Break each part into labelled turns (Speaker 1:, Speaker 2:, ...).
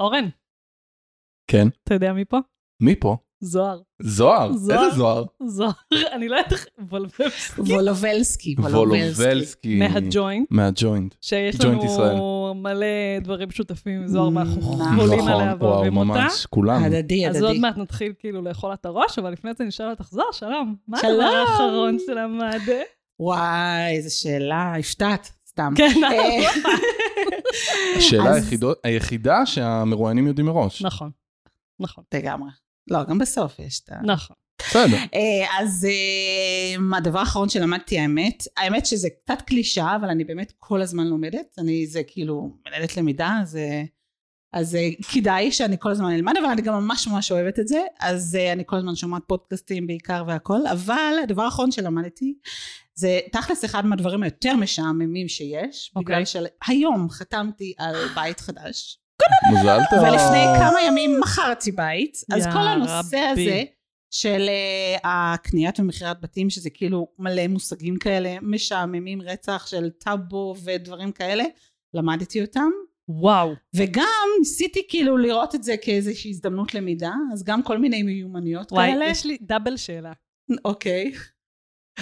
Speaker 1: אורן,
Speaker 2: כן.
Speaker 1: אתה יודע מי פה?
Speaker 2: מי פה?
Speaker 1: זוהר.
Speaker 2: זוהר.
Speaker 1: זוהר.
Speaker 2: איזה זוהר?
Speaker 1: זוהר, אני לא יודעת איך... וולבבסקי.
Speaker 3: וולובלסקי, וולובלסקי.
Speaker 2: וולובלסקי.
Speaker 1: מהג'וינט,
Speaker 2: מהג'וינט.
Speaker 1: שיש
Speaker 2: ג'וינט
Speaker 1: לנו
Speaker 2: ישראל.
Speaker 1: מלא דברים משותפים עם זוהר, ואנחנו
Speaker 3: נכון,
Speaker 1: חולים עליה
Speaker 2: וואו,
Speaker 1: ואוהבים אותה.
Speaker 2: ממש, כולם.
Speaker 3: הדדי,
Speaker 1: אז עוד
Speaker 3: הדדי.
Speaker 1: מעט נתחיל כאילו לאכול את הראש, אבל לפני זה נשאל אותך, זוהר, שלום. מה
Speaker 3: שלום.
Speaker 1: הדבר האחרון שלמד?
Speaker 3: וואי, איזה שאלה, הפתעת, סתם.
Speaker 1: כן,
Speaker 3: אה,
Speaker 2: השאלה
Speaker 3: אז-
Speaker 2: היחידו- היחידה שהמרואיינים יודעים מראש.
Speaker 1: נכון, נכון,
Speaker 3: לגמרי. לא, גם בסוף יש את ה...
Speaker 1: נכון.
Speaker 2: בסדר.
Speaker 3: אה, אז אה, הדבר האחרון שלמדתי האמת, האמת שזה קצת קלישאה אבל אני באמת כל הזמן לומדת, אני זה כאילו מנהלת למידה אז, אה, אז אה, כדאי שאני כל הזמן אלמד אבל אני גם ממש ממש אוהבת את זה אז אה, אני כל הזמן שומעת פודקאסטים בעיקר והכל אבל הדבר האחרון שלמדתי זה תכלס אחד מהדברים היותר משעממים שיש
Speaker 1: אוקיי.
Speaker 3: בגלל שהיום חתמתי על בית חדש
Speaker 2: מזל טוב.
Speaker 3: ולפני כמה ימים מכרתי בית, אז
Speaker 1: יא
Speaker 3: כל הנושא
Speaker 1: רבי.
Speaker 3: הזה של אה, הקניית ומכירת בתים, שזה כאילו מלא מושגים כאלה משעממים, רצח של טאבו ודברים כאלה, למדתי אותם.
Speaker 1: וואו,
Speaker 3: וגם ניסיתי כאילו לראות את זה כאיזושהי הזדמנות למידה, אז גם כל מיני מיומנויות
Speaker 1: וואי,
Speaker 3: כאלה.
Speaker 1: יש לי דאבל שאלה.
Speaker 3: אוקיי.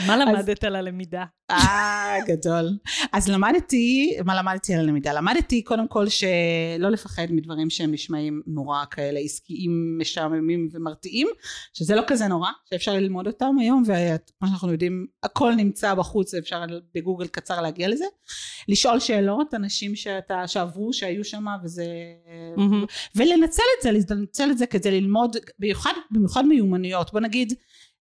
Speaker 1: מה למדת על הלמידה?
Speaker 3: אה, גדול. אז למדתי, מה למדתי על הלמידה? למדתי קודם כל שלא לפחד מדברים שהם נשמעים נורא כאלה עסקיים, משעממים ומרתיעים, שזה לא כזה נורא, שאפשר ללמוד אותם היום, וכמו שאנחנו יודעים, הכל נמצא בחוץ, ואפשר בגוגל קצר להגיע לזה. לשאול שאלות, אנשים שאתה, שעברו, שהיו שם, וזה...
Speaker 1: מהמם.
Speaker 3: ולנצל את זה, לנצל את זה כדי ללמוד, במיוחד, במיוחד מיומנויות, בוא נגיד,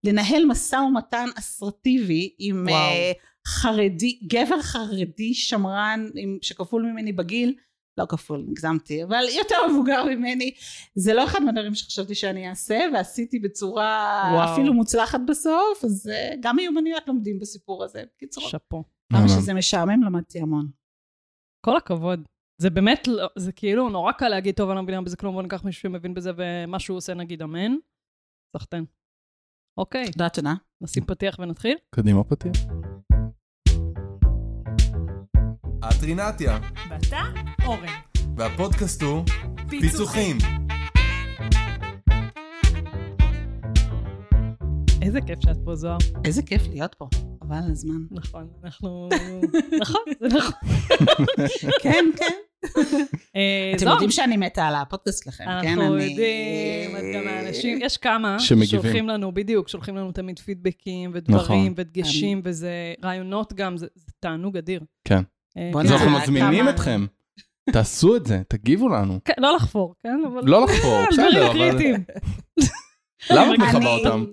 Speaker 3: לנהל משא ומתן אסרטיבי עם
Speaker 1: וואו.
Speaker 3: אה, חרדי, גבר חרדי שמרן עם, שכפול ממני בגיל, לא כפול, הגזמתי, אבל יותר מבוגר ממני, זה לא אחד מהדברים שחשבתי שאני אעשה, ועשיתי בצורה
Speaker 1: וואו.
Speaker 3: אפילו מוצלחת בסוף, אז אה, גם מיומנויות לומדים בסיפור הזה. בקיצור,
Speaker 1: שאפו.
Speaker 2: אה,
Speaker 3: כמה שזה משעמם למדתי המון.
Speaker 1: כל הכבוד. זה באמת, לא- זה כאילו נורא קל להגיד, טוב, אני לא מבינה בזה כלום, בוא ניקח מישהו שמבין בזה, ומה שהוא עושה, נגיד אמן. סחטיין. אוקיי,
Speaker 3: תודה, תודה.
Speaker 1: נשים פתיח ונתחיל.
Speaker 2: קדימה פתיח.
Speaker 4: את רינתיה,
Speaker 1: ואתה, אורן.
Speaker 4: והפודקאסט הוא פיצוחים.
Speaker 1: איזה כיף שאת פה, זוהר.
Speaker 3: איזה כיף להיות פה, חבל על הזמן.
Speaker 1: נכון, אנחנו... נכון, זה נכון.
Speaker 3: כן, כן.
Speaker 1: אה,
Speaker 3: אתם
Speaker 1: זוהר,
Speaker 3: יודעים שאני מתה על הפודקאסט שלכם, כן?
Speaker 1: אנחנו
Speaker 3: אני-
Speaker 1: יודעים, את גם האנשים, יש כמה
Speaker 2: שמגיבים.
Speaker 1: שולחים לנו, בדיוק, שולחים לנו תמיד פידבקים
Speaker 3: נכון.
Speaker 1: ודברים
Speaker 3: כן.
Speaker 1: ודגשים, וזה רעיונות גם, זה זה תענוג אדיר.
Speaker 2: כן.
Speaker 1: אה,
Speaker 3: בוא
Speaker 1: כן.
Speaker 2: אז
Speaker 3: נראה
Speaker 2: אנחנו
Speaker 3: כמה-
Speaker 2: מזמינים אתכם. תעשו את זה, תגיבו לנו.
Speaker 1: כן, לא לחפור, כן? אבל...
Speaker 2: לא לחפור, בסדר,
Speaker 1: דברים
Speaker 2: אבל...
Speaker 1: קריטיים.
Speaker 2: למה את
Speaker 1: אני-
Speaker 2: מכבה
Speaker 3: אני
Speaker 2: אותם?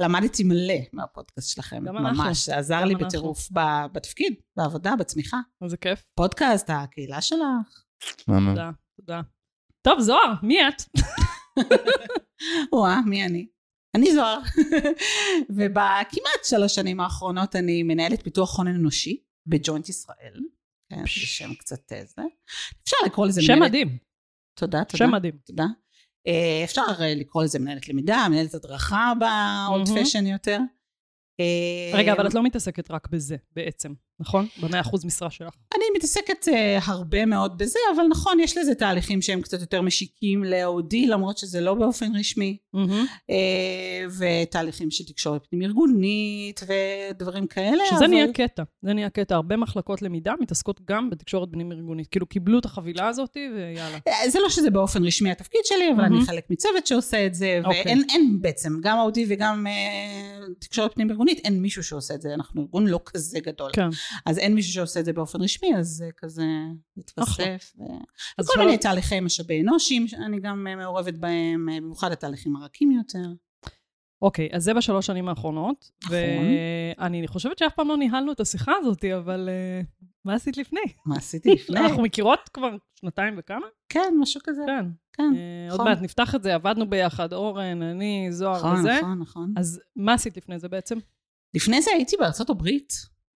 Speaker 3: למדתי מלא מהפודקאסט שלכם,
Speaker 1: גם אנחנו.
Speaker 3: ממש, זה עזר
Speaker 1: גם
Speaker 3: לי
Speaker 1: אנחנו.
Speaker 3: בטירוף ב- בתפקיד, בעבודה, בצמיחה.
Speaker 1: אז זה כיף.
Speaker 3: פודקאסט, הקהילה שלך.
Speaker 2: מהמם.
Speaker 1: תודה, תודה. טוב, זוהר, מי את?
Speaker 3: וואה, מי אני? אני זוהר. ובכמעט שלוש שנים האחרונות אני מנהלת פיתוח הון אנושי בג'וינט ישראל. כן, זה שם קצת אה, זה. אפשר לקרוא לזה
Speaker 1: שם
Speaker 3: מנהלת...
Speaker 1: מדהים,
Speaker 3: תודה, תודה.
Speaker 1: שם מדהים.
Speaker 3: תודה. אה, אפשר אה, לקרוא לזה מנהלת למידה, מנהלת הדרכה ב-old
Speaker 1: מהמם.
Speaker 3: fashion יותר. אה,
Speaker 1: רגע, אבל את לא מתעסקת רק בזה, בעצם, נכון? במאה אחוז משרה שלך.
Speaker 3: אני מתעסקת אה, הרבה מאוד בזה, אבל נכון, יש לזה תהליכים שהם קצת יותר משיקים ל-OD, למרות שזה לא באופן רשמי,
Speaker 1: Mm-hmm.
Speaker 3: אה, ותהליכים של תקשורת פנים ארגונית ודברים כאלה.
Speaker 1: שזה
Speaker 3: אבל-
Speaker 1: נהיה קטע, זה נהיה קטע. הרבה מחלקות למידה מתעסקות גם בתקשורת פנים ארגונית. כאילו, קיבלו את החבילה הזאת, ויאללה.
Speaker 3: אה, זה לא שזה באופן רשמי התפקיד שלי, אבל
Speaker 1: מהמם.
Speaker 3: אני חלק מצוות שעושה את זה,
Speaker 1: אוקיי.
Speaker 3: ואין אין בעצם, גם OD וגם אה, תקשורת פנים ארגונית, אין מישהו שעושה את זה, אנחנו ארגון לא כזה גדול.
Speaker 1: כן.
Speaker 3: אז אין מישהו שעושה את זה באופן רשמי, אז זה כזה מתווסף. ו...
Speaker 1: נכון. אז
Speaker 3: כל
Speaker 1: שלום.
Speaker 3: מיני תהליכי משאבי אנושים, אני גם אה, מעורבת בהם, אה, במיוחד התהליכים הרכים יותר.
Speaker 1: אוקיי, אז זה בשלוש שנים האחרונות.
Speaker 3: נכון.
Speaker 1: ואני חושבת שאף פעם לא ניהלנו את השיחה הזאת, אבל אה, מה עשית לפני?
Speaker 3: מה עשיתי לפני?
Speaker 1: אנחנו מכירות כבר שנתיים וכמה?
Speaker 3: כן, משהו כזה,
Speaker 1: כן.
Speaker 3: כן.
Speaker 1: אה, עוד
Speaker 3: נכון.
Speaker 1: מעט נפתח את זה, עבדנו ביחד, אורן, אני, זוהר
Speaker 3: נכון,
Speaker 1: וזה.
Speaker 3: נכון, נכון.
Speaker 1: אז מה עשית לפני זה בעצם?
Speaker 3: לפני זה הייתי בארצות הברית,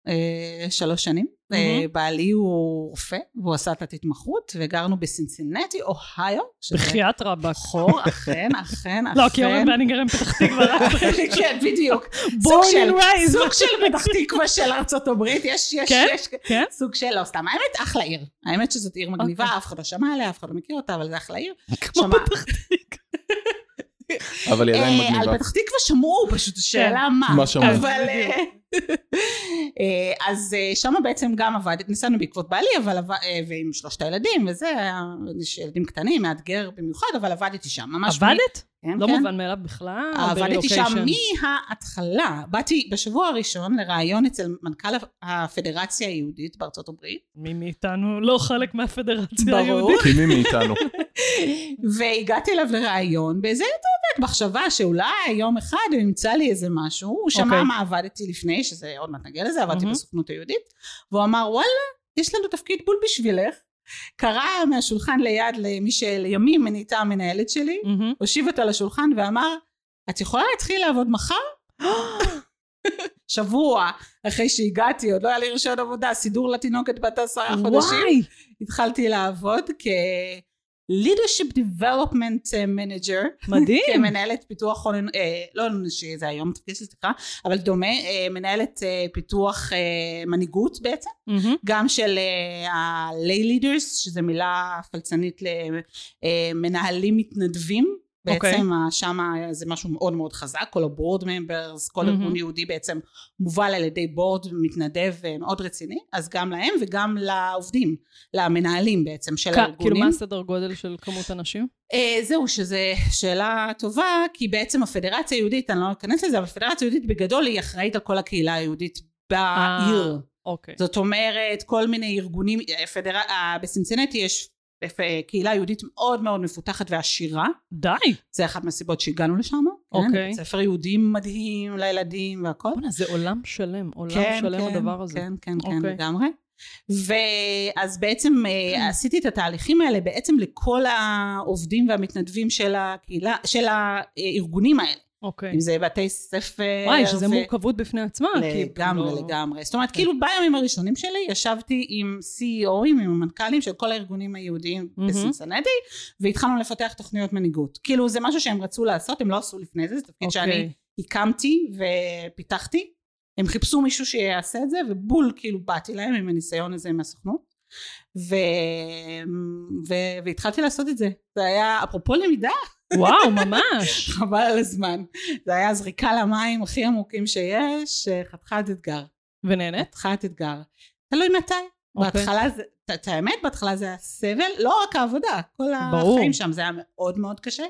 Speaker 3: אה, שלוש שנים.
Speaker 1: מהמם.
Speaker 3: אה, בעלי הוא רופא, והוא עשה את התמחות, וגרנו בסינסינטי, אוהיו. שזה
Speaker 1: בחייאת רבאק.
Speaker 3: חור, אכן, אכן, אכן.
Speaker 1: לא, כי אורן ואני גרים בפתח תקווה.
Speaker 3: כן, בדיוק. סוג
Speaker 1: בורן
Speaker 3: של-
Speaker 1: רייז.
Speaker 3: סוג של פתח תקווה של ארצות הברית, יש, יש,
Speaker 1: כן?
Speaker 3: יש,
Speaker 1: כן? אוקיי.
Speaker 3: סוג של, לא סתם, האמת, אחלה עיר. האמת שזאת עיר מגניבה, אף אחד לא שמע עליה, אף אחד לא מכיר אותה, אבל זה אחלה עיר.
Speaker 1: כמו
Speaker 3: שמע-
Speaker 1: פתח תקווה.
Speaker 2: אבל היא עדיין
Speaker 3: אה,
Speaker 2: מגניבה.
Speaker 3: על פתח תקווה שמעו, פשוט
Speaker 1: כן.
Speaker 3: שאלה מה.
Speaker 2: מה שמעו.
Speaker 3: אבל... אה, אה, אז שם בעצם גם עבדת, ניסינו בעקבות בעלי, אבל עבד- אה, ועם שלושת הילדים, וזה, היה- יש ילדים קטנים, מאתגר במיוחד, אבל עבדתי שם, ממש... מ-
Speaker 1: עבדת?
Speaker 3: כן,
Speaker 1: לא
Speaker 3: כן.
Speaker 1: מובן מאליו בכלל.
Speaker 3: עבדתי אה, שם
Speaker 1: ב-relocation.
Speaker 3: מההתחלה. באתי בשבוע הראשון לראיון אצל מנכ"ל הפדרציה היהודית בארצות הברית,
Speaker 1: מי מאיתנו לא חלק מהפדרציה
Speaker 3: ברור.
Speaker 1: היהודית.
Speaker 2: כי מי מאיתנו?
Speaker 3: והגעתי אליו לראיון, באיזה אתה עובד? במחשבה שאולי יום אחד הוא ימצא לי איזה משהו, הוא שמע
Speaker 1: אוקיי.
Speaker 3: מה עבדתי לפני, שזה עוד מעט נגיע לזה, עבדתי
Speaker 1: מהמם.
Speaker 3: בסוכנות היהודית, והוא אמר וואלה, יש לנו תפקיד בול בשבילך. קרא מהשולחן ליד למי שלימים נהייתה המנהלת שלי,
Speaker 1: מהמם.
Speaker 3: הושיב אותה לשולחן ואמר, את יכולה להתחיל לעבוד מחר? שבוע אחרי שהגעתי, עוד לא היה לי רישיון עבודה, סידור לתינוקת בת עשרה חודשים,
Speaker 1: וואי.
Speaker 3: התחלתי לעבוד כ-leadership development manager,
Speaker 1: Hmm. מדהים.
Speaker 3: כמנהלת פיתוח הון, אה, לא שזה היום תפקיד שלי, סליחה, אבל דומה, אה, מנהלת אה, פיתוח אה, מנהיגות בעצם.
Speaker 1: מהמם.
Speaker 3: גם של אה, ה-lay leaders, שזו מילה פלצנית למנהלים מתנדבים.
Speaker 1: אוקיי.
Speaker 3: בעצם שם זה משהו מאוד מאוד חזק, כל ה-board members, כל
Speaker 1: מהמם.
Speaker 3: ארגון יהודי בעצם מובל על ידי בורד מתנדב אה, מאוד רציני, אז גם להם וגם לעובדים, למנהלים בעצם של
Speaker 1: כ- כאילו
Speaker 3: הארגונים.
Speaker 1: מה הסדר גודל של כמות אנשים?
Speaker 3: אה, זהו, שזו שאלה טובה, כי בעצם הפדרציה היהודית, אני לא אכנס לזה, אבל הפדרציה היהודית בגדול היא אחראית על כל הקהילה היהודית בעיר.
Speaker 1: אוקיי.
Speaker 3: זאת אומרת, כל מיני ארגונים, הפדר... ה- בסינסינטי יש אה, קהילה יהודית מאוד מאוד מפותחת ועשירה,
Speaker 1: די.
Speaker 3: זה אחת מהסיבות שהגענו לשם, כן,
Speaker 1: אוקיי.
Speaker 3: בית ספר יהודי מדהים לילדים והכל.
Speaker 1: בוא'נה, זה עולם שלם, עולם
Speaker 3: כן,
Speaker 1: שלם
Speaker 3: כן,
Speaker 1: הדבר הזה.
Speaker 3: כן, כן, כן,
Speaker 1: אוקיי. כן.
Speaker 3: לגמרי. ואז בעצם אה, עשיתי את התהליכים האלה בעצם לכל העובדים והמתנדבים של הקהילה, של הארגונים האלה,
Speaker 1: אוקיי.
Speaker 3: אם זה בתי ספר.
Speaker 1: וואי, שזה
Speaker 3: ו-
Speaker 1: מורכבות בפני עצמה. כי
Speaker 3: לגמרי,
Speaker 1: לא-
Speaker 3: לגמרי. זאת אומרת, כאילו בימים הראשונים שלי ישבתי עם CEOים, עם המנכ"לים של כל הארגונים היהודיים
Speaker 1: מהמם.
Speaker 3: בסינסנטי, והתחלנו לפתח תוכניות מנהיגות. כאילו זה משהו שהם רצו לעשות, הם לא עשו לפני זה, זה תפקיד שאני
Speaker 1: אוקיי.
Speaker 3: הקמתי ופיתחתי. הם חיפשו מישהו שיעשה את זה, ובול כאילו באתי להם עם הניסיון הזה מהסוכנות. ו... ו... והתחלתי לעשות את זה. זה היה, אפרופו למידה,
Speaker 1: וואו, ממש.
Speaker 3: חבל על הזמן. זה היה זריקה למים הכי עמוקים שיש, אה, חתיכת אתגר.
Speaker 1: ונהנית?
Speaker 3: חתיכת אתגר. תלוי מתי.
Speaker 1: אוקיי.
Speaker 3: בהתחלה זה, את- את האמת, בהתחלה זה היה סבל, לא רק העבודה, כל
Speaker 1: ברור.
Speaker 3: החיים שם, זה היה מאוד מאוד קשה,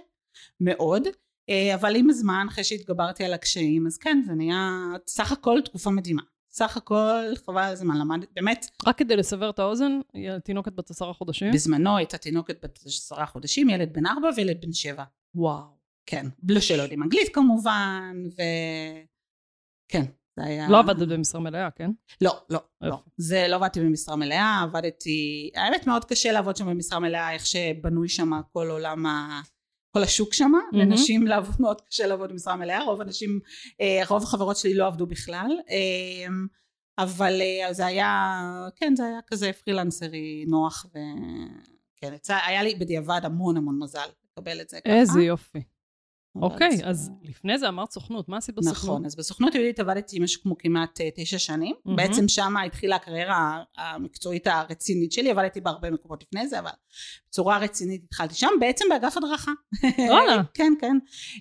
Speaker 3: מאוד. אה, אבל עם הזמן, אחרי שהתגברתי על הקשיים, אז כן, זה נהיה סך הכל תקופה מדהימה. סך הכל, חבל על הזמן, למד, באמת,
Speaker 1: רק כדי לסבר את האוזן, היא תינוקת בת עשרה חודשים.
Speaker 3: בזמנו הייתה תינוקת בת עשרה חודשים, ילד בן ארבע וילד בן שבע.
Speaker 1: וואו.
Speaker 3: כן, בלי שלא יודעים אנגלית כמובן, ו... כן, זה היה...
Speaker 1: לא עבדת במשרה מלאה, כן?
Speaker 3: לא, לא, לא.
Speaker 1: יופי.
Speaker 3: זה לא עבדתי במשרה מלאה, עבדתי... האמת מאוד קשה לעבוד שם במשרה מלאה, איך שבנוי שם כל עולם ה... כל השוק שם, mm-hmm.
Speaker 1: מהמם.
Speaker 3: לנשים לעבוד, מאוד קשה לעבוד במשרה מלאה, רוב הנשים, אה, רוב החברות שלי לא עבדו בכלל, אה, אבל אה, זה היה, כן, זה היה כזה פרילנסרי נוח, וכן, היה לי בדיעבד המון המון מזל לקבל את זה ככה.
Speaker 1: איזה יופי.
Speaker 3: אבל
Speaker 1: אוקיי,
Speaker 3: זה-
Speaker 1: אז לפני זה אמרת סוכנות, מה עשית בסוכנות?
Speaker 3: נכון, אז בסוכנות היהודית עבדתי משהו כמו כמעט אה, תשע שנים.
Speaker 1: מהמם.
Speaker 3: בעצם שם התחילה הקריירה המקצועית הרצינית שלי, עבדתי בהרבה מקומות לפני זה, אבל בצורה רצינית התחלתי שם, בעצם באגף הדרכה.
Speaker 1: וואלה.
Speaker 3: כן, כן.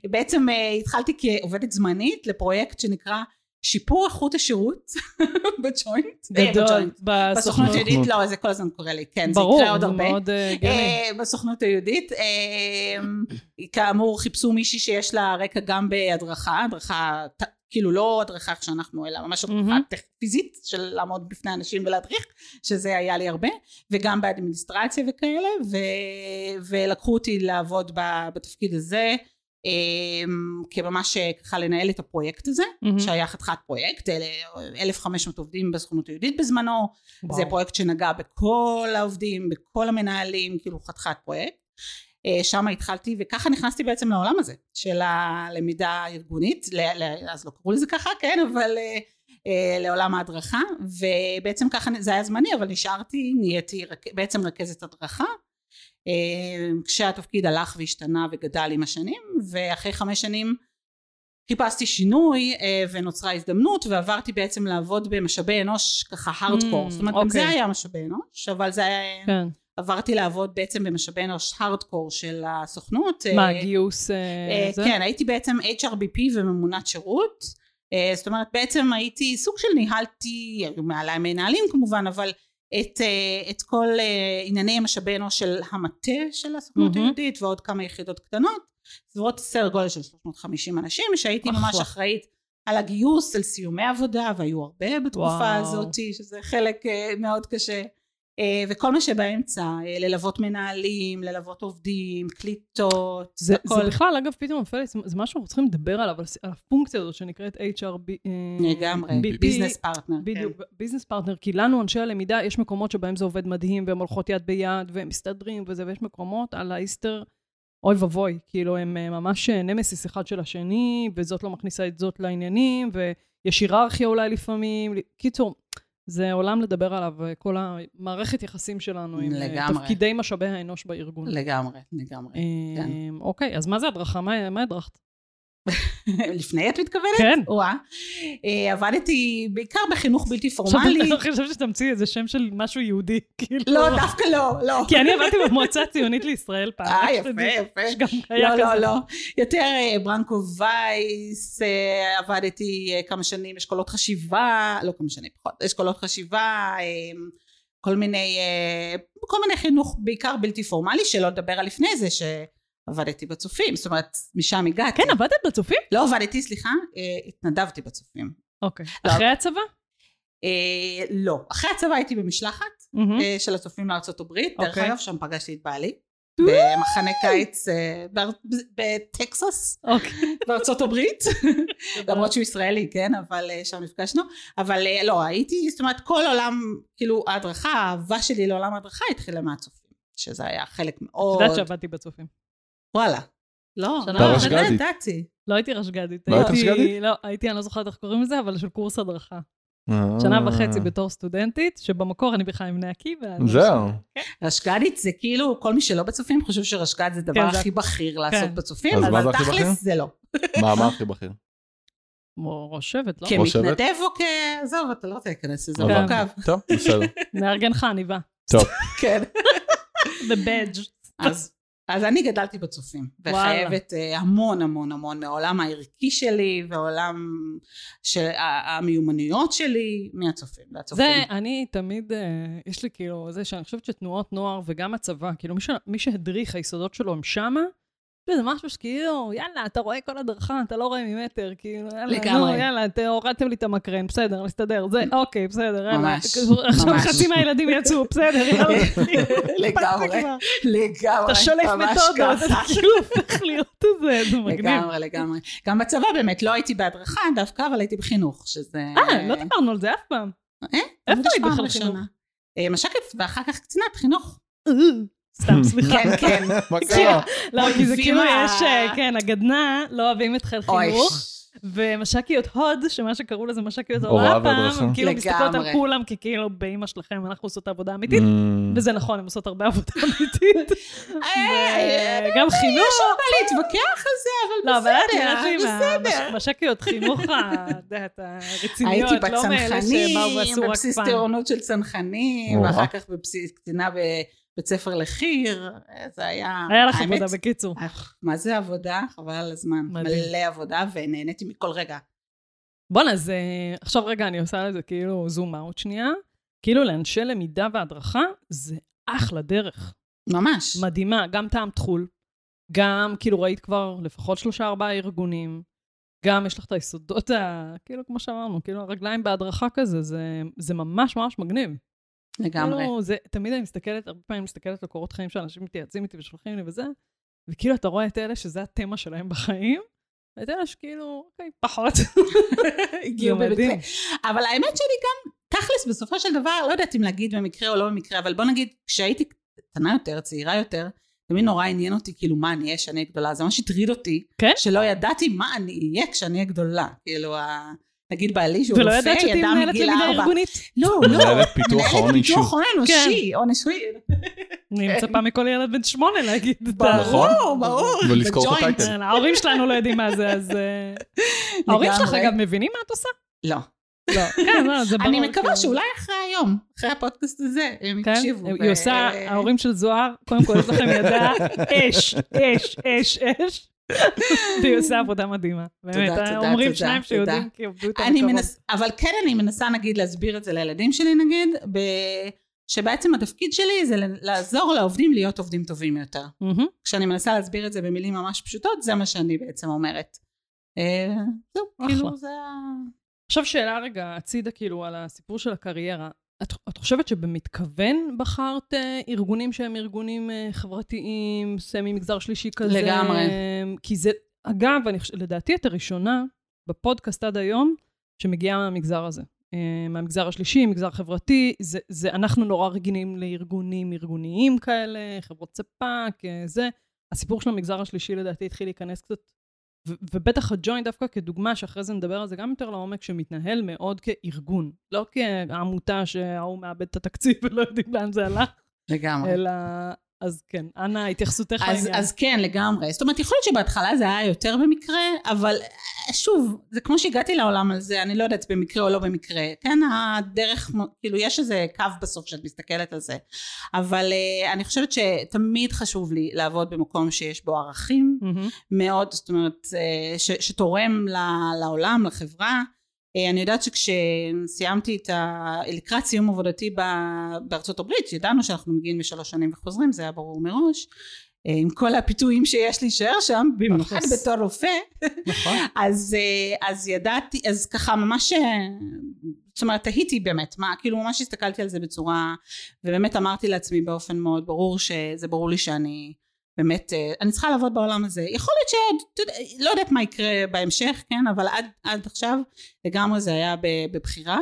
Speaker 3: בעצם אה, התחלתי כעובדת זמנית לפרויקט שנקרא שיפור איכות השירות בג'וינט. אה,
Speaker 1: גדול.
Speaker 3: בג'וינט. בסוכנות
Speaker 1: בסוכנות.
Speaker 3: היהודית לא, זה כל הזמן קורה לי, כן, זה
Speaker 1: ברור,
Speaker 3: יקרה עוד
Speaker 1: זה
Speaker 3: הרבה.
Speaker 1: מאוד אה, הגיוני.
Speaker 3: אה, בסוכנות היהודית. אה, כאמור, חיפשו מישהי שיש לה רקע גם בהדרכה, הדרכה, ת- כאילו לא הדרכה איך שאנחנו, אלא ממש הדרכה
Speaker 1: מהמם.
Speaker 3: טכ- פיזית של לעמוד בפני אנשים ולהדריך, שזה היה לי הרבה, וגם באדמיניסטרציה וכאלה, ו- ולקחו אותי לעבוד ב- בתפקיד הזה. אה, כממש אה, ככה לנהל את הפרויקט הזה,
Speaker 1: מהמם.
Speaker 3: שהיה חתיכת פרויקט, אלה- 1,500 עובדים בסוכנות היהודית בזמנו,
Speaker 1: וואו.
Speaker 3: זה פרויקט שנגע בכל העובדים, בכל המנהלים, כאילו חתיכת פרויקט. אה, שם התחלתי, וככה נכנסתי בעצם לעולם הזה, של הלמידה הארגונית, ל- ל- אז לא קראו לזה ככה, כן, אבל אה, אה, לעולם ההדרכה, ובעצם ככה זה היה זמני, אבל נשארתי, נהייתי רק, בעצם רכזת הדרכה, אה, כשהתפקיד הלך והשתנה וגדל עם השנים, ואחרי חמש שנים חיפשתי שינוי אה, ונוצרה הזדמנות ועברתי בעצם לעבוד במשאבי אנוש ככה הארדקור,
Speaker 1: Mm,
Speaker 3: זאת אומרת גם
Speaker 1: אוקיי.
Speaker 3: זה היה משאבי אנוש, אבל זה היה,
Speaker 1: כן.
Speaker 3: עברתי לעבוד בעצם במשאבי אנוש הארדקור של הסוכנות.
Speaker 1: מה,
Speaker 3: אה,
Speaker 1: גיוס... אה,
Speaker 3: אה,
Speaker 1: זה?
Speaker 3: כן, הייתי בעצם HRBP וממונת שירות. אה, זאת אומרת, בעצם הייתי סוג של ניהלתי, היו מעליי מנהלים כמובן, אבל את, אה, את כל אה, ענייני משאבי אנוש של המטה של הסוכנות
Speaker 1: מהמם.
Speaker 3: היהודית ועוד כמה יחידות קטנות, סביבות סדר גודל של 350 אנשים, שהייתי
Speaker 1: אחלה.
Speaker 3: ממש אחראית על הגיוס, על סיומי עבודה, והיו הרבה בתקופה
Speaker 1: וואו.
Speaker 3: הזאת, שזה חלק אה, מאוד קשה. אה, וכל מה שבאמצע, אה, ללוות מנהלים, ללוות עובדים, קליטות,
Speaker 1: זה, זה
Speaker 3: הכל.
Speaker 1: בכלל, אגב, פתאום נופל לי, זה זה משהו שאנחנו צריכים לדבר עליו, על הס- על הפונקציה הזאת שנקראת HRB. אה,
Speaker 3: לגמרי,
Speaker 1: ב-
Speaker 3: ביזנס פרטנר. כן.
Speaker 1: בדיוק, ביזנס פרטנר, כי לנו, אנשי הלמידה, יש מקומות שבהם זה עובד מדהים, והם הולכות יד ביד, והם מסתדרים וזה, ויש מקומות על האיסטר, אוי ואבוי, כאילו, הם אה, ממש אה, נמסיס אחד של השני, וזאת לא מכניסה את זאת לעניינים, ויש היררכיה אולי לפעמים. קיצור, זה עולם לדבר עליו, אה, כל המערכת יחסים שלנו עם אה,
Speaker 3: לגמרי.
Speaker 1: תפקידי משאבי האנוש בארגון.
Speaker 3: לגמרי, לגמרי.
Speaker 1: אה,
Speaker 3: כן.
Speaker 1: אוקיי, אז מה זה הדרכה? מה מה הדרכת?
Speaker 3: לפני את מתכוונת?
Speaker 1: כן.
Speaker 3: וואה. אה, עבדתי בעיקר בחינוך בלתי
Speaker 1: עכשיו
Speaker 3: פורמלי.
Speaker 1: אני חושבת שתמציא איזה שם של משהו יהודי, כאילו.
Speaker 3: לא, דווקא לא, לא.
Speaker 1: כי אני עבדתי במועצה הציונית לישראל פעם.
Speaker 3: אה,
Speaker 1: רק
Speaker 3: יפה,
Speaker 1: שתדעי.
Speaker 3: יפה.
Speaker 1: יש גם היה
Speaker 3: לא,
Speaker 1: כזה.
Speaker 3: לא, לא. יותר אה, ברנקו וייס, אה, עבדתי אה, כמה שנים, אשכולות חשיבה, לא כמה שנים, פחות, אשכולות חשיבה, אה, כל מיני, אה, כל מיני חינוך בעיקר בלתי פורמלי, שלא לדבר על לפני זה, שעבדתי בצופים, זאת אומרת, משם הגעתי.
Speaker 1: כן, עבדת בצופים?
Speaker 3: לא עבדתי, סליחה, אה, התנדבתי בצופים.
Speaker 1: אוקיי.
Speaker 3: לא.
Speaker 1: אחרי הצבא?
Speaker 3: אה, לא. אחרי הצבא הייתי במשלחת
Speaker 1: מהמם.
Speaker 3: אה, של הצופים לארצות הברית. דרך
Speaker 1: אוקיי.
Speaker 3: אגב, שם פגשתי את בעלי. במחנה קיץ אה, באר- בטקסס,
Speaker 1: אוקיי.
Speaker 3: בארצות הברית. למרות שהוא ישראלי, כן? אבל אה, שם נפגשנו. אבל אה, לא, הייתי, זאת אומרת, כל עולם, כאילו, ההדרכה, האהבה שלי לעולם ההדרכה התחילה מהצופים. שזה היה חלק
Speaker 1: את
Speaker 3: מאוד...
Speaker 1: יודעת שעבדתי בצופים.
Speaker 3: וואלה. לא,
Speaker 1: שנה
Speaker 3: לא,
Speaker 1: ראש
Speaker 3: זה לא
Speaker 2: גדי.
Speaker 3: ידעתי.
Speaker 1: לא הייתי רשג"דית.
Speaker 2: לא היית
Speaker 1: הייתי-
Speaker 2: רשג"דית? אה.
Speaker 1: לא, הייתי, אני לא זוכרת איך קוראים לזה, אבל של קורס הדרכה. שנה וחצי בתור סטודנטית, שבמקור אני בכלל עם בני עקיבא. אז-
Speaker 2: זהו.
Speaker 3: רשג"דית זה כאילו, כל מי שלא בצופים חושב שרשג"ד זה דבר
Speaker 1: כן, זה-
Speaker 3: הכי בכיר לעשות
Speaker 1: כן.
Speaker 3: בצופים,
Speaker 2: אז מה זה
Speaker 3: אבל
Speaker 2: הכי בכיר?
Speaker 3: תכלס זה לא.
Speaker 2: מה, מה הכי בכיר?
Speaker 1: כמו ראש שבט, לא?
Speaker 2: כן. ראש שבט?
Speaker 3: כמתנדב או כ... עזוב, אתה לא רוצה להיכנס לזה,
Speaker 1: אבל-
Speaker 3: מורכב.
Speaker 2: טוב, בסדר.
Speaker 1: מארגן חניבה.
Speaker 3: כן.
Speaker 1: ובאג'.
Speaker 3: אז- אז אני גדלתי בצופים,
Speaker 1: וואלה.
Speaker 3: וחייבת אה, המון המון המון מהעולם הערכי שלי, והעולם של ה- המיומנויות שלי, מהצופים,
Speaker 1: זה,
Speaker 3: והצופים.
Speaker 1: אני תמיד, אה, יש לי כאילו, זה שאני חושבת שתנועות נוער וגם הצבא, כאילו מי, ש, מי שהדריך, היסודות שלו הם שמה, זה משהו שכאילו, יאללה, אתה רואה כל הדרכה, אתה לא רואה ממטר, כאילו, יאללה,
Speaker 3: לגמרי.
Speaker 1: נו, יאללה, ת- הורדתם לי את המקרן, בסדר, נסתדר, זה, אוקיי, בסדר, יאללה.
Speaker 3: ממש,
Speaker 1: כאילו, עכשיו
Speaker 3: ממש.
Speaker 1: חצי מהילדים יצאו, בסדר, יאללה.
Speaker 3: לגמרי,
Speaker 1: כבר.
Speaker 3: לגמרי,
Speaker 1: אתה שולף
Speaker 3: ממש
Speaker 1: מתודות,
Speaker 3: ככה.
Speaker 1: אתה כאילו הופך להיות איזה, זה מגניב.
Speaker 3: לגמרי, לגמרי. גם בצבא באמת, לא הייתי בהדרכה דווקא, אבל הייתי בחינוך, שזה...
Speaker 1: אה, לא דיברנו על זה אף פעם.
Speaker 3: אה?
Speaker 1: איפה היית
Speaker 3: פעם
Speaker 1: בכלל
Speaker 3: ראשונה.
Speaker 1: חינוך?
Speaker 3: אה, מש"קית ואחר כך קצינת חינוך.
Speaker 1: אה, סתם, סליחה.
Speaker 3: כן, כן.
Speaker 2: מה
Speaker 1: סליחה.
Speaker 2: קרה?
Speaker 1: לא, כי זה
Speaker 3: אויבים
Speaker 1: כאילו
Speaker 3: ה-
Speaker 1: יש, אה, כן, הגדנ"ע, לא אוהבים את חיל
Speaker 3: אוי,
Speaker 1: חינוך, ומש"קיות הוד, שמה שקראו לזה מש"קיות
Speaker 2: הוראה
Speaker 1: הוראה פעם,
Speaker 2: והדרכה.
Speaker 1: הם כאילו
Speaker 3: לגמרי.
Speaker 1: מסתכלות על כולם, כי כאילו, באמא שלכם אנחנו עושות עבודה
Speaker 2: Mm.
Speaker 1: אמיתית,
Speaker 2: אה,
Speaker 1: וזה נכון, הם עושות הרבה עבודה אמיתית.
Speaker 3: אה,
Speaker 1: גם חינוך,
Speaker 3: יש על מה להתווכח על זה, אבל
Speaker 1: לא, אבל את
Speaker 3: בסדר,
Speaker 1: נראית לי
Speaker 3: בסדר.
Speaker 1: מהמש"קיות חינוך, ה- את יודעת, אה,
Speaker 3: הייתי
Speaker 1: הרציניות, לא מאלה שבאו
Speaker 3: בצנחנים,
Speaker 1: ועשו רק
Speaker 3: בבסיס
Speaker 1: פעם.
Speaker 3: טירונות של צנחנים,
Speaker 2: נורא.
Speaker 3: ואחר כך בבסיס קצינה בבית ספר לחי"ר, אה, זה היה...
Speaker 1: היה לך
Speaker 3: האמת,
Speaker 1: עבודה, בקיצור.
Speaker 3: אה, מה זה עבודה? חבל על הזמן.
Speaker 1: מדהים.
Speaker 3: מלא עבודה, ונהניתי מכל רגע.
Speaker 1: בואנה, זה... עכשיו רגע, אני עושה לזה כאילו זום אאוט שנייה. כאילו לאנשי למידה והדרכה, זה אחלה דרך.
Speaker 3: ממש.
Speaker 1: מדהימה, גם טעם תחול, גם כאילו ראית כבר לפחות שלושה ארבעה ארגונים, גם יש לך את היסודות, ה... כאילו כמו שאמרנו, כאילו הרגליים בהדרכה כזה, זה, זה ממש ממש מגניב.
Speaker 3: לגמרי.
Speaker 1: כאילו, זה, תמיד אני מסתכלת, הרבה פעמים מסתכלת על קורות חיים שאנשים מתייעצים איתי ושולחים לי וזה, וכאילו אתה רואה את אלה שזה התמה שלהם בחיים, ואת אלה שכאילו, אוקיי, פחות.
Speaker 3: הגיעו
Speaker 1: זה מדהים.
Speaker 3: בבית- אבל האמת שלי גם, תכלס, בסופו של דבר, לא יודעת אם להגיד במקרה או לא במקרה, אבל בוא נגיד, כשהייתי קטנה יותר, צעירה יותר, תמיד נורא עניין אותי, כאילו, מה אני אהיה כשאני אהיה גדולה, זה ממש הטריד אותי,
Speaker 1: כן?
Speaker 3: שלא ידעתי מה אני אהיה כשאני אהיה גדולה, כאילו, ה... נגיד בעלי שהוא
Speaker 1: ולא
Speaker 3: רופא,
Speaker 1: ידעת שהיא
Speaker 3: ידע
Speaker 1: מנהלת
Speaker 3: מגיל
Speaker 1: למידה
Speaker 3: ארבע.
Speaker 1: ארגונית? כן.
Speaker 3: לא, לא.
Speaker 2: מנהלת פיתוח ההון
Speaker 3: מנהלת
Speaker 2: אישי.
Speaker 3: פיתוח ההון אנושי, או נשוי.
Speaker 1: אני מצפה מכל ילד בן שמונה להגיד את ה...
Speaker 2: נכון.
Speaker 3: כן. ברור, לא, ברור.
Speaker 2: ולזכור את
Speaker 3: בג'וינט.
Speaker 2: הטייטל.
Speaker 1: כן, ההורים שלנו לא יודעים מה זה, אז... אה, ההורים שלך,
Speaker 3: לגמרי.
Speaker 1: אגב, מבינים מה את עושה?
Speaker 3: לא.
Speaker 1: לא. כן, לא, זה ברור.
Speaker 3: אני מקווה
Speaker 1: כאילו.
Speaker 3: שאולי אחרי היום, אחרי הפודקאסט הזה, הם
Speaker 1: כן?
Speaker 3: יקשיבו.
Speaker 1: היא
Speaker 3: ו-
Speaker 1: עושה, ההורים של זוהר, קודם כל יש לכם ידה אש, אש, אש, אש. והיא עושה עבודה מדהימה. באמת,
Speaker 3: תודה,
Speaker 1: אומרים
Speaker 3: תודה,
Speaker 1: שניים
Speaker 3: תודה.
Speaker 1: שיודעים כי עבדו איתם
Speaker 3: אני
Speaker 1: מקרוב.
Speaker 3: מנס... אבל כן אני מנסה נגיד להסביר את זה לילדים שלי נגיד, ב... שבעצם התפקיד שלי זה ל- לעזור לעובדים להיות עובדים טובים יותר.
Speaker 1: מהמם.
Speaker 3: כשאני מנסה להסביר את זה במילים ממש פשוטות, זה מה שאני בעצם אומרת. אה, זהו,
Speaker 1: אחלה.
Speaker 3: כאילו זה ה...
Speaker 1: עכשיו שאלה רגע הצידה כאילו על הסיפור של הקריירה. את, את חושבת שבמתכוון בחרת אה, ארגונים שהם ארגונים אה, חברתיים, סמי מגזר שלישי כזה?
Speaker 3: לגמרי.
Speaker 1: אה, כי זה, אגב, אני, חוש- לדעתי את הראשונה בפודקאסט עד היום שמגיעה מהמגזר הזה. אה, מהמגזר השלישי, מגזר חברתי, זה, זה, אנחנו נורא רגילים לארגונים ארגוניים כאלה, חברות ספק, אה, זה. הסיפור של המגזר השלישי לדעתי התחיל להיכנס קצת ו- ובטח הג'וינט דווקא כדוגמה, שאחרי זה נדבר על זה גם יותר לעומק, שמתנהל מאוד כארגון. לא כעמותה שההוא מאבד את התקציב ולא יודעים לאן זה הלך,
Speaker 3: לגמרי.
Speaker 1: אלא... אז כן, אנא, התייחסותך
Speaker 3: אז,
Speaker 1: לעניין.
Speaker 3: אז כן, לגמרי. זאת אומרת, יכול להיות שבהתחלה זה היה יותר במקרה, אבל אה, שוב, זה כמו שהגעתי לעולם הזה, אני לא יודעת במקרה או לא במקרה. כן, הדרך, מ- כאילו, יש איזה קו בסוף שאת מסתכלת על זה. אבל אה, אני חושבת שתמיד חשוב לי לעבוד במקום שיש בו ערכים
Speaker 1: מהמם.
Speaker 3: מאוד, זאת אומרת, אה, ש, שתורם ל- לעולם, לחברה. אה, אני יודעת שכשסיימתי את ה... לקראת סיום עבודתי ב... בארצות הברית, ידענו שאנחנו מגיעים לשלוש שנים וחוזרים, זה היה ברור מראש. אה, עם כל הפיתויים שיש להישאר שם, במיוחד
Speaker 1: תכלס.
Speaker 3: בתור רופא,
Speaker 1: נכון.
Speaker 3: אז, אה, אז ידעתי, אז ככה ממש, אה, זאת אומרת תהיתי באמת, מה, כאילו ממש הסתכלתי על זה בצורה, ובאמת אמרתי לעצמי באופן מאוד ברור שזה ברור לי שאני באמת, אה, אני צריכה לעבוד בעולם הזה. יכול להיות שעוד, אתה יודע, לא יודעת מה יקרה בהמשך, כן, אבל עד, עד עכשיו לגמרי זה היה ב- בבחירה.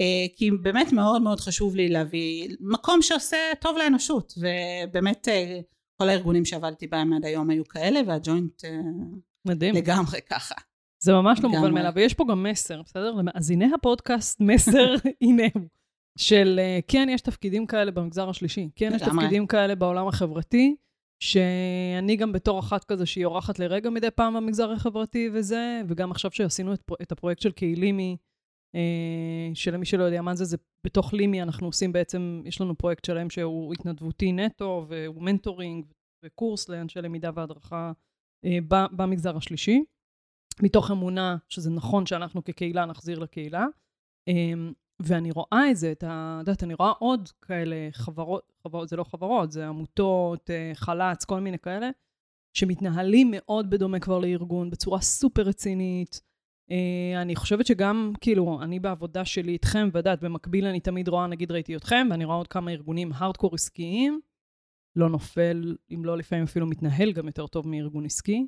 Speaker 3: אה, כי באמת מאוד מאוד חשוב לי להביא מקום שעושה טוב לאנושות ובאמת אה, כל הארגונים שעבדתי בהם עד היום היו כאלה והג'וינט אה,
Speaker 1: מדהים.
Speaker 3: לגמרי ככה.
Speaker 1: זה ממש לא מובן
Speaker 3: לגמרי.
Speaker 1: מאליו, ויש פה גם מסר, בסדר? למאזיני הפודקאסט, מסר, הנה הוא, של אה, כן, יש תפקידים כאלה במגזר השלישי, כן, יש
Speaker 3: לגמרי.
Speaker 1: תפקידים כאלה בעולם החברתי, שאני גם בתור אחת כזה שהיא אורחת לרגע מדי פעם במגזר החברתי וזה, וגם עכשיו שעשינו את, פרו- את הפרויקט של קהילימי, אה, שלמי שלא יודע מה זה, זה בתוך לימי אנחנו עושים בעצם, יש לנו פרויקט שלהם שהוא התנדבותי נטו, והוא מנטורינג, וקורס לאנשי למידה והדרכה אה, ב- במגזר השלישי. מתוך אמונה שזה נכון שאנחנו כקהילה נחזיר לקהילה. אמ, ואני רואה את זה, את ה... את יודעת, אני רואה עוד כאלה חברות, חברות, זה לא חברות, זה עמותות, אה, חל"צ, כל מיני כאלה, שמתנהלים מאוד בדומה כבר לארגון, בצורה סופר רצינית. אה, אני חושבת שגם, כאילו, אני בעבודה שלי איתכם, ואת יודעת, במקביל אני תמיד רואה, נגיד ראיתי אתכם, ואני רואה עוד כמה ארגונים הארדקור עסקיים, לא נופל, אם לא לפעמים אפילו מתנהל גם יותר טוב מארגון עסקי.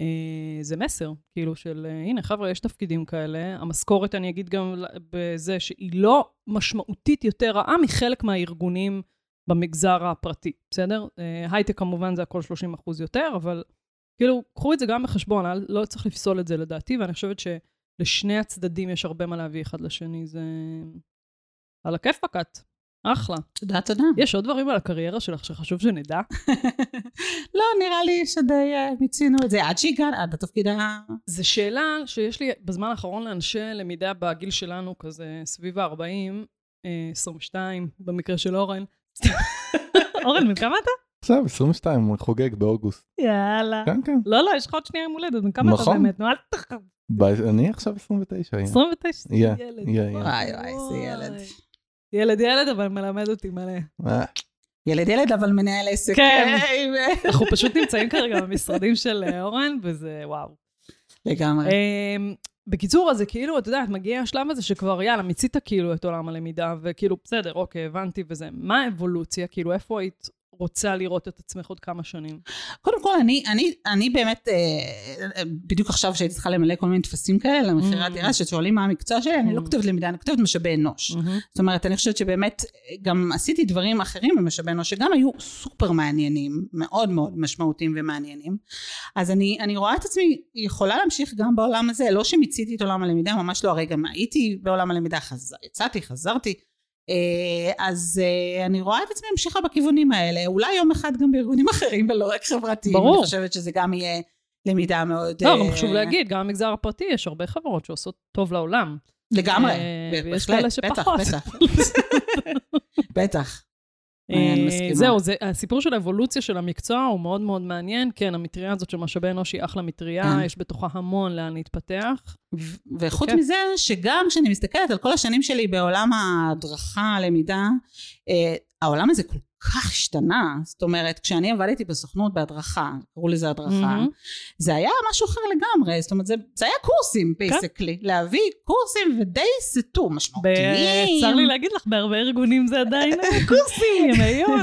Speaker 1: אה, זה מסר, כאילו של אה, הנה חבר'ה, יש תפקידים כאלה. המשכורת, אני אגיד גם ל- בזה שהיא לא משמעותית יותר רעה מחלק מהארגונים במגזר הפרטי, בסדר? אה, הייטק כמובן זה הכל 30 אחוז יותר, אבל כאילו, קחו את זה גם בחשבון, אל- לא צריך לפסול את זה לדעתי, ואני חושבת שלשני הצדדים יש הרבה מה להביא אחד לשני, זה... על הכיפאק את, אחלה.
Speaker 3: תודה, תודה.
Speaker 1: יש עוד דברים על הקריירה שלך שחשוב שנדע?
Speaker 3: לא, נראה לי שדי אה, מיצינו את זה עד שהגענו, עד התפקיד ה...
Speaker 1: זו שאלה שיש לי בזמן האחרון לאנשי למידה בגיל שלנו, כזה סביב ה-40, 22, במקרה של אורן. אורן, בן כמה אתה?
Speaker 2: בסדר, 22, הוא חוגג באוגוסט.
Speaker 1: יאללה.
Speaker 2: כן, כן.
Speaker 1: לא, לא, יש לך עוד שנייה יום הולדת, בן כמה אתה
Speaker 2: נכון.
Speaker 1: באמת? נו, אל תחכם.
Speaker 2: ב- אני עכשיו 29. הנה.
Speaker 1: 29, זה
Speaker 2: יא,
Speaker 1: ילד.
Speaker 2: יא, יא.
Speaker 3: וואי, וואי, איזה ילד.
Speaker 1: ילד, ילד, אבל מלמד אותי מלא.
Speaker 2: אה,
Speaker 3: ילד ילד אבל מנהל עסק.
Speaker 1: כן.
Speaker 3: אה, אה.
Speaker 1: אנחנו פשוט נמצאים כרגע במשרדים של אה, אורן, וזה וואו.
Speaker 3: לגמרי.
Speaker 1: אמ, בקיצור, אז זה כאילו, את יודעת, מגיע השלב הזה שכבר, יאללה, מיצית כאילו את עולם הלמידה, וכאילו, בסדר, אוקיי, הבנתי וזה. מה האבולוציה? כאילו, איפה היית רוצה לראות את עצמך עוד כמה שנים?
Speaker 3: קודם כל, אני, אני, אני באמת, אה, אה, בדיוק עכשיו שהייתי צריכה למלא כל מיני טפסים כאלה למחירי
Speaker 1: Mm.
Speaker 3: הדירה, ששואלים מה המקצוע שלי, אני לא
Speaker 1: Mm.
Speaker 3: כותבת למידה, אני כותבת משאבי אנוש. זאת אומרת, אני חושבת שבאמת אה, גם עשיתי דברים אחרים במשאבי אנוש, שגם היו סופר מעניינים, מאוד מאוד משמעותיים ומעניינים. אז אני, אני רואה את עצמי יכולה להמשיך גם בעולם הזה, לא שמיציתי את עולם הלמידה, ממש לא, הרי גם הייתי בעולם הלמידה, חז... יצאתי, חזרתי. אה, אז אה, אני רואה את עצמי ממשיכה בכיוונים האלה, אולי יום אחד גם בארגונים אחרים ולא רק חברתיים.
Speaker 1: ברור.
Speaker 3: אני חושבת שזה גם יהיה למידה מאוד...
Speaker 1: לא,
Speaker 3: אה,
Speaker 1: גם חשוב להגיד, גם במגזר הפרטי יש הרבה חברות שעושות טוב לעולם.
Speaker 3: לגמרי,
Speaker 1: אה,
Speaker 3: בהחלט,
Speaker 1: ויש כאלה שפחות.
Speaker 3: בטח, בטח, בטח. אני
Speaker 1: אה,
Speaker 3: מסכימה.
Speaker 1: זהו, זה- הסיפור של האבולוציה של המקצוע הוא מאוד מאוד מעניין. כן, המטריה הזאת של משאבי אנוש היא אחלה מטריה,
Speaker 3: כן.
Speaker 1: יש בתוכה המון לאן להתפתח.
Speaker 3: ו- וחוץ
Speaker 1: בכיף.
Speaker 3: מזה שגם כשאני מסתכלת על כל השנים שלי בעולם ההדרכה, הלמידה, אה, העולם הזה כל כך השתנה, זאת אומרת כשאני עבדתי בסוכנות בהדרכה, קראו לזה הדרכה,
Speaker 1: מהמם.
Speaker 3: זה היה משהו אחר לגמרי, זאת אומרת זה, זה היה קורסים
Speaker 1: כן.
Speaker 3: בייסקלי, להביא קורסים ודי סטו משמעותיים.
Speaker 1: צר לי להגיד לך, בהרבה ארגונים זה עדיין קורסים, היום.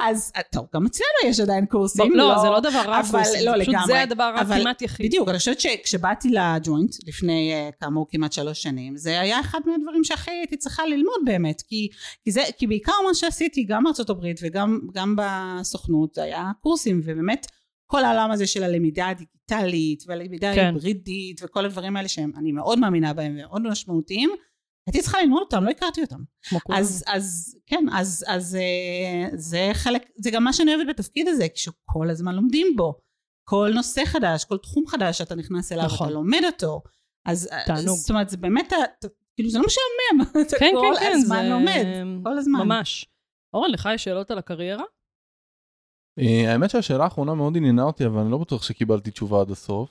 Speaker 3: אז אה, טוב, גם אצלנו יש עדיין קורסים,
Speaker 1: לא, זה לא דבר רע,
Speaker 3: אבל
Speaker 1: קורסים,
Speaker 3: לא
Speaker 1: זה פשוט
Speaker 3: לגמרי.
Speaker 1: זה הדבר
Speaker 3: אבל-
Speaker 1: הכמעט יחיד.
Speaker 3: בדיוק, אני חושבת שכשבאתי לג'וינט, לפני אה, כאמור כמעט שלוש שנים, זה היה אחד מהדברים שהכי הייתי צריכה ללמוד באמת, כי, כי, זה, כי בעיקר מה שעשיתי גם בארצות הברית וגם גם בסוכנות, זה היה קורסים, ובאמת כל העולם הזה של הלמידה הדיגיטלית, והלמידה
Speaker 1: כן.
Speaker 3: ההיברידית, וכל הדברים האלה שאני מאוד מאמינה בהם ומאוד משמעותיים, הייתי צריכה ללמוד אותם, לא הכרתי אותם.
Speaker 1: כמו כולם.
Speaker 3: אז, אז כן, אז, אז אה, זה חלק, זה גם מה שאני אוהבת בתפקיד הזה, כשכל הזמן לומדים בו. כל נושא חדש, כל תחום חדש שאתה נכנס אליו,
Speaker 1: נכון.
Speaker 3: אתה לומד אותו. אז, אה,
Speaker 1: תענוג.
Speaker 3: זאת אומרת, זה באמת, ה- ת- כאילו זה לא משעמם, אתה
Speaker 1: כן,
Speaker 3: כל
Speaker 1: כן, כן,
Speaker 3: הזמן
Speaker 1: זה-
Speaker 3: לומד, כל הזמן.
Speaker 1: ממש. אורן, לך יש שאלות על הקריירה?
Speaker 2: אה, האמת שהשאלה האחרונה מאוד עניינה אותי, אבל אני לא בטוח שקיבלתי תשובה עד הסוף.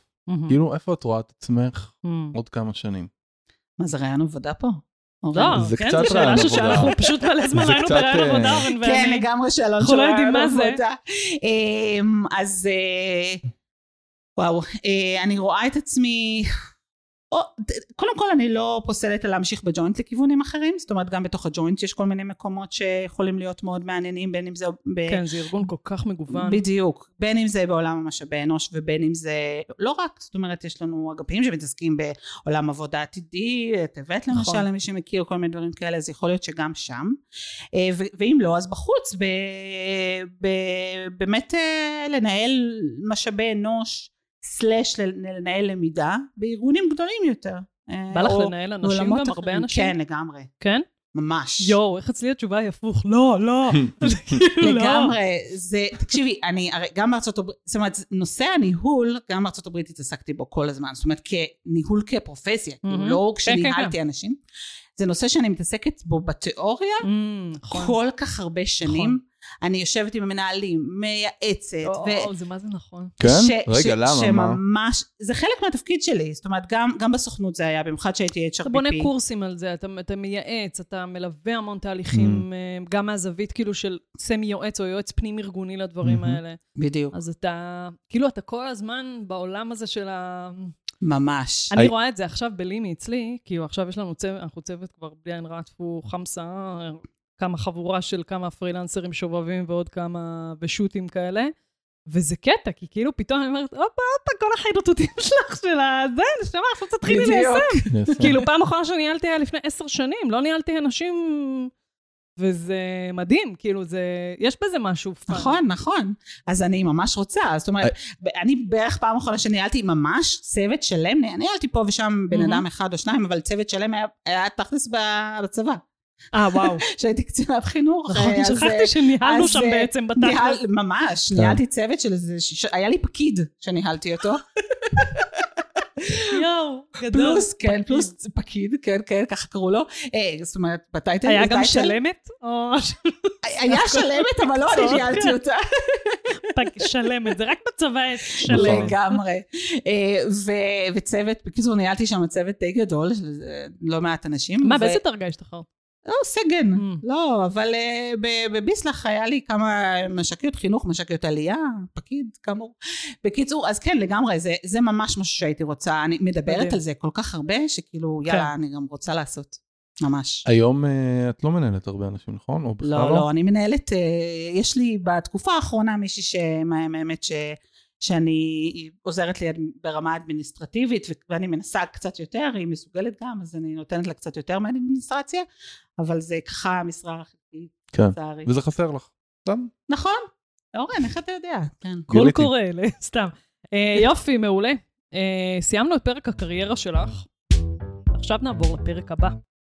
Speaker 2: כאילו, איפה את רואה את עצמך
Speaker 1: מהמם.
Speaker 2: עוד כמה שנים?
Speaker 3: מה זה רעיון עבודה פה?
Speaker 1: לא,
Speaker 2: זה
Speaker 1: כן,
Speaker 2: קצת
Speaker 1: זו שאלה
Speaker 2: רעיון
Speaker 1: ששאלנו
Speaker 2: עבודה.
Speaker 1: פשוט מלא זמן
Speaker 2: זה
Speaker 1: היינו
Speaker 2: קצת,
Speaker 1: ברעיון עבודה,
Speaker 2: אה,
Speaker 1: אורן
Speaker 3: כן,
Speaker 1: ואני.
Speaker 3: לגמרי שאלון
Speaker 1: אנחנו לא יודעים
Speaker 3: רעיון
Speaker 1: מה זה.
Speaker 3: עבודה. אמ, אז אה, וואו, אה, אני רואה את עצמי... או, ד- קודם כל אני לא פוסלת על להמשיך בג'וינט לכיוונים אחרים, זאת אומרת גם בתוך הג'וינט יש כל מיני מקומות שיכולים להיות מאוד מעניינים, בין אם זה... ב-
Speaker 1: כן, זה ארגון כל כך מגוון.
Speaker 3: בדיוק, בין אם זה בעולם המשאבי אנוש ובין אם זה לא רק, זאת אומרת יש לנו אגפים שמתעסקים בעולם עבודה עתידי, טבת למשל
Speaker 1: נכון.
Speaker 3: למי שמכיר כל מיני דברים כאלה, אז יכול להיות שגם שם, אה, ו- ואם לא אז בחוץ, ב- ב- באמת אה, לנהל משאבי אנוש סלאש ל- לנהל למידה בארגונים גדולים יותר. אה,
Speaker 1: בא לך
Speaker 3: או
Speaker 1: לנהל אנשים
Speaker 3: בעולמות
Speaker 1: גם? הרבה
Speaker 3: אחרים.
Speaker 1: אנשים?
Speaker 3: כן לגמרי,
Speaker 1: כן?
Speaker 3: ממש.
Speaker 1: יואו, איך אצלי התשובה היא הפוך. לא, לא. זה כאילו, לא.
Speaker 3: לגמרי, זה, תקשיבי, אני הרי גם בארצות הברית, זאת אומרת, נושא הניהול, גם בארצות הברית התעסקתי בו כל הזמן, זאת אומרת, כניהול כפרופסיה, כאילו,
Speaker 1: מהמם.
Speaker 3: לא
Speaker 1: כן, כן,
Speaker 3: כשניהלתי אנשים, זה נושא שאני מתעסקת בו בתיאוריה
Speaker 1: אמ, נכון.
Speaker 3: כל כך הרבה
Speaker 1: נכון. לא.
Speaker 3: שנים, אני יושבת עם מנהלים, מייעצת, ו...
Speaker 1: או, זה מה זה נכון.
Speaker 2: כן? רגע, למה? מה?
Speaker 3: שממש, זה חלק מהתפקיד שלי, זאת אומרת, גם, גם בסוכנות זה היה, במיוחד שהייתי HRPP.
Speaker 1: אתה בונה קורסים על זה, אתה, אתה מייעץ, אתה מלווה המון תהליכים, אה, גם מהזווית כאילו של סמי יועץ או יועץ פנים ארגוני לדברים
Speaker 2: מהמם.
Speaker 1: האלה.
Speaker 3: בדיוק,
Speaker 1: אז אתה, כאילו אתה כל הזמן בעולם הזה של ה...
Speaker 3: ממש.
Speaker 1: אני
Speaker 2: הי-
Speaker 1: רואה את זה עכשיו בלימי אצלי, כאילו עכשיו יש לנו צוות, אנחנו צוות כבר בלי עין רעת פו חמסה, כמה חבורה של כמה פרילנסרים שובבים ועוד כמה ושו"תים כאלה. וזה קטע, כי כאילו פתאום אני אומרת, הופה, הופה, כל החיידותותים שלך, של הזה, נשמה, עכשיו תתחילי
Speaker 3: בדיוק.
Speaker 1: ליישם.
Speaker 2: יפה.
Speaker 1: כאילו, פעם אחרונה שניהלתי היה לפני עשר שנים, לא ניהלתי אנשים... וזה מדהים, כאילו, זה... יש בזה משהו פאן.
Speaker 3: נכון, נכון. אז אני ממש רוצה, זאת אומרת,
Speaker 1: אה.
Speaker 3: ב- אני בערך פעם אחרונה שניהלתי ממש צוות שלם, ניהלתי פה ושם בן
Speaker 1: מהמם.
Speaker 3: אדם אחד או שניים, אבל צוות שלם היה- היה תכלס ב- בצבא,
Speaker 1: אה, וואו.
Speaker 3: כשהייתי קצינת חינוך.
Speaker 1: נכון,
Speaker 3: אה, אז,
Speaker 1: שכחתי שניהלנו
Speaker 3: אז,
Speaker 1: שם
Speaker 3: אה,
Speaker 1: בעצם
Speaker 3: אה, ניהל,
Speaker 1: בתכלס.
Speaker 3: ממש,
Speaker 2: כן.
Speaker 3: ניהלתי צוות של איזה, ש- היה לי פקיד שניהלתי
Speaker 1: לא,
Speaker 3: אותו,
Speaker 1: יואו, גדול.
Speaker 3: פלוס, כן, פלוס פקיד, כן, כן, ככה קראו לו, אה, זאת אומרת, בטייטל,
Speaker 1: היה גם
Speaker 3: בטייטל-
Speaker 1: שלמת? או
Speaker 3: היה שלמת, אבל לא אני
Speaker 1: כן.
Speaker 3: ניהלתי אותה.
Speaker 1: שלמת, זה רק בצבא יש
Speaker 3: נכון.
Speaker 1: שלמת.
Speaker 3: לגמרי. אה, ו- וצוות, בקיצור ניהלתי שם צוות די גדול, של אה, לא מעט אנשים.
Speaker 1: מה,
Speaker 3: ו-
Speaker 1: באיזה דרגה השתחררת?
Speaker 3: לא, סגן.
Speaker 1: Mm.
Speaker 3: לא, אבל אה, ב- בביסלח היה לי כמה מש"קיות חינוך, מש"קיות עלייה, פקיד כאמור. בקיצור, אז כן, לגמרי, זה, זה ממש משהו שהייתי רוצה, אני מדברת
Speaker 1: מדהים.
Speaker 3: על זה כל כך הרבה, שכאילו,
Speaker 1: כן.
Speaker 3: יאללה, אני גם רוצה לעשות. ממש.
Speaker 2: היום אה, את לא מנהלת הרבה אנשים, נכון? או בכלל
Speaker 3: לא, לא, אני מנהלת, אה, יש לי בתקופה האחרונה מישהי שמהממת ש... שאני, היא עוזרת לי ברמה אדמיניסטרטיבית ו- ואני מנסה קצת יותר, היא מסוגלת גם, אז אני נותנת לה קצת יותר מהאדמיניסטרציה, אבל זה ככה המשרה החלקית,
Speaker 2: כן.
Speaker 3: לצערי.
Speaker 2: וזה חסר לך. סתם.
Speaker 3: נכון, אורן, איך אתה יודע? כן.
Speaker 1: קול
Speaker 2: גיליתי.
Speaker 1: קורא, ל- סתם. אה, יופי, מעולה. אה, סיימנו את פרק הקריירה שלך. עכשיו נעבור לפרק הבא.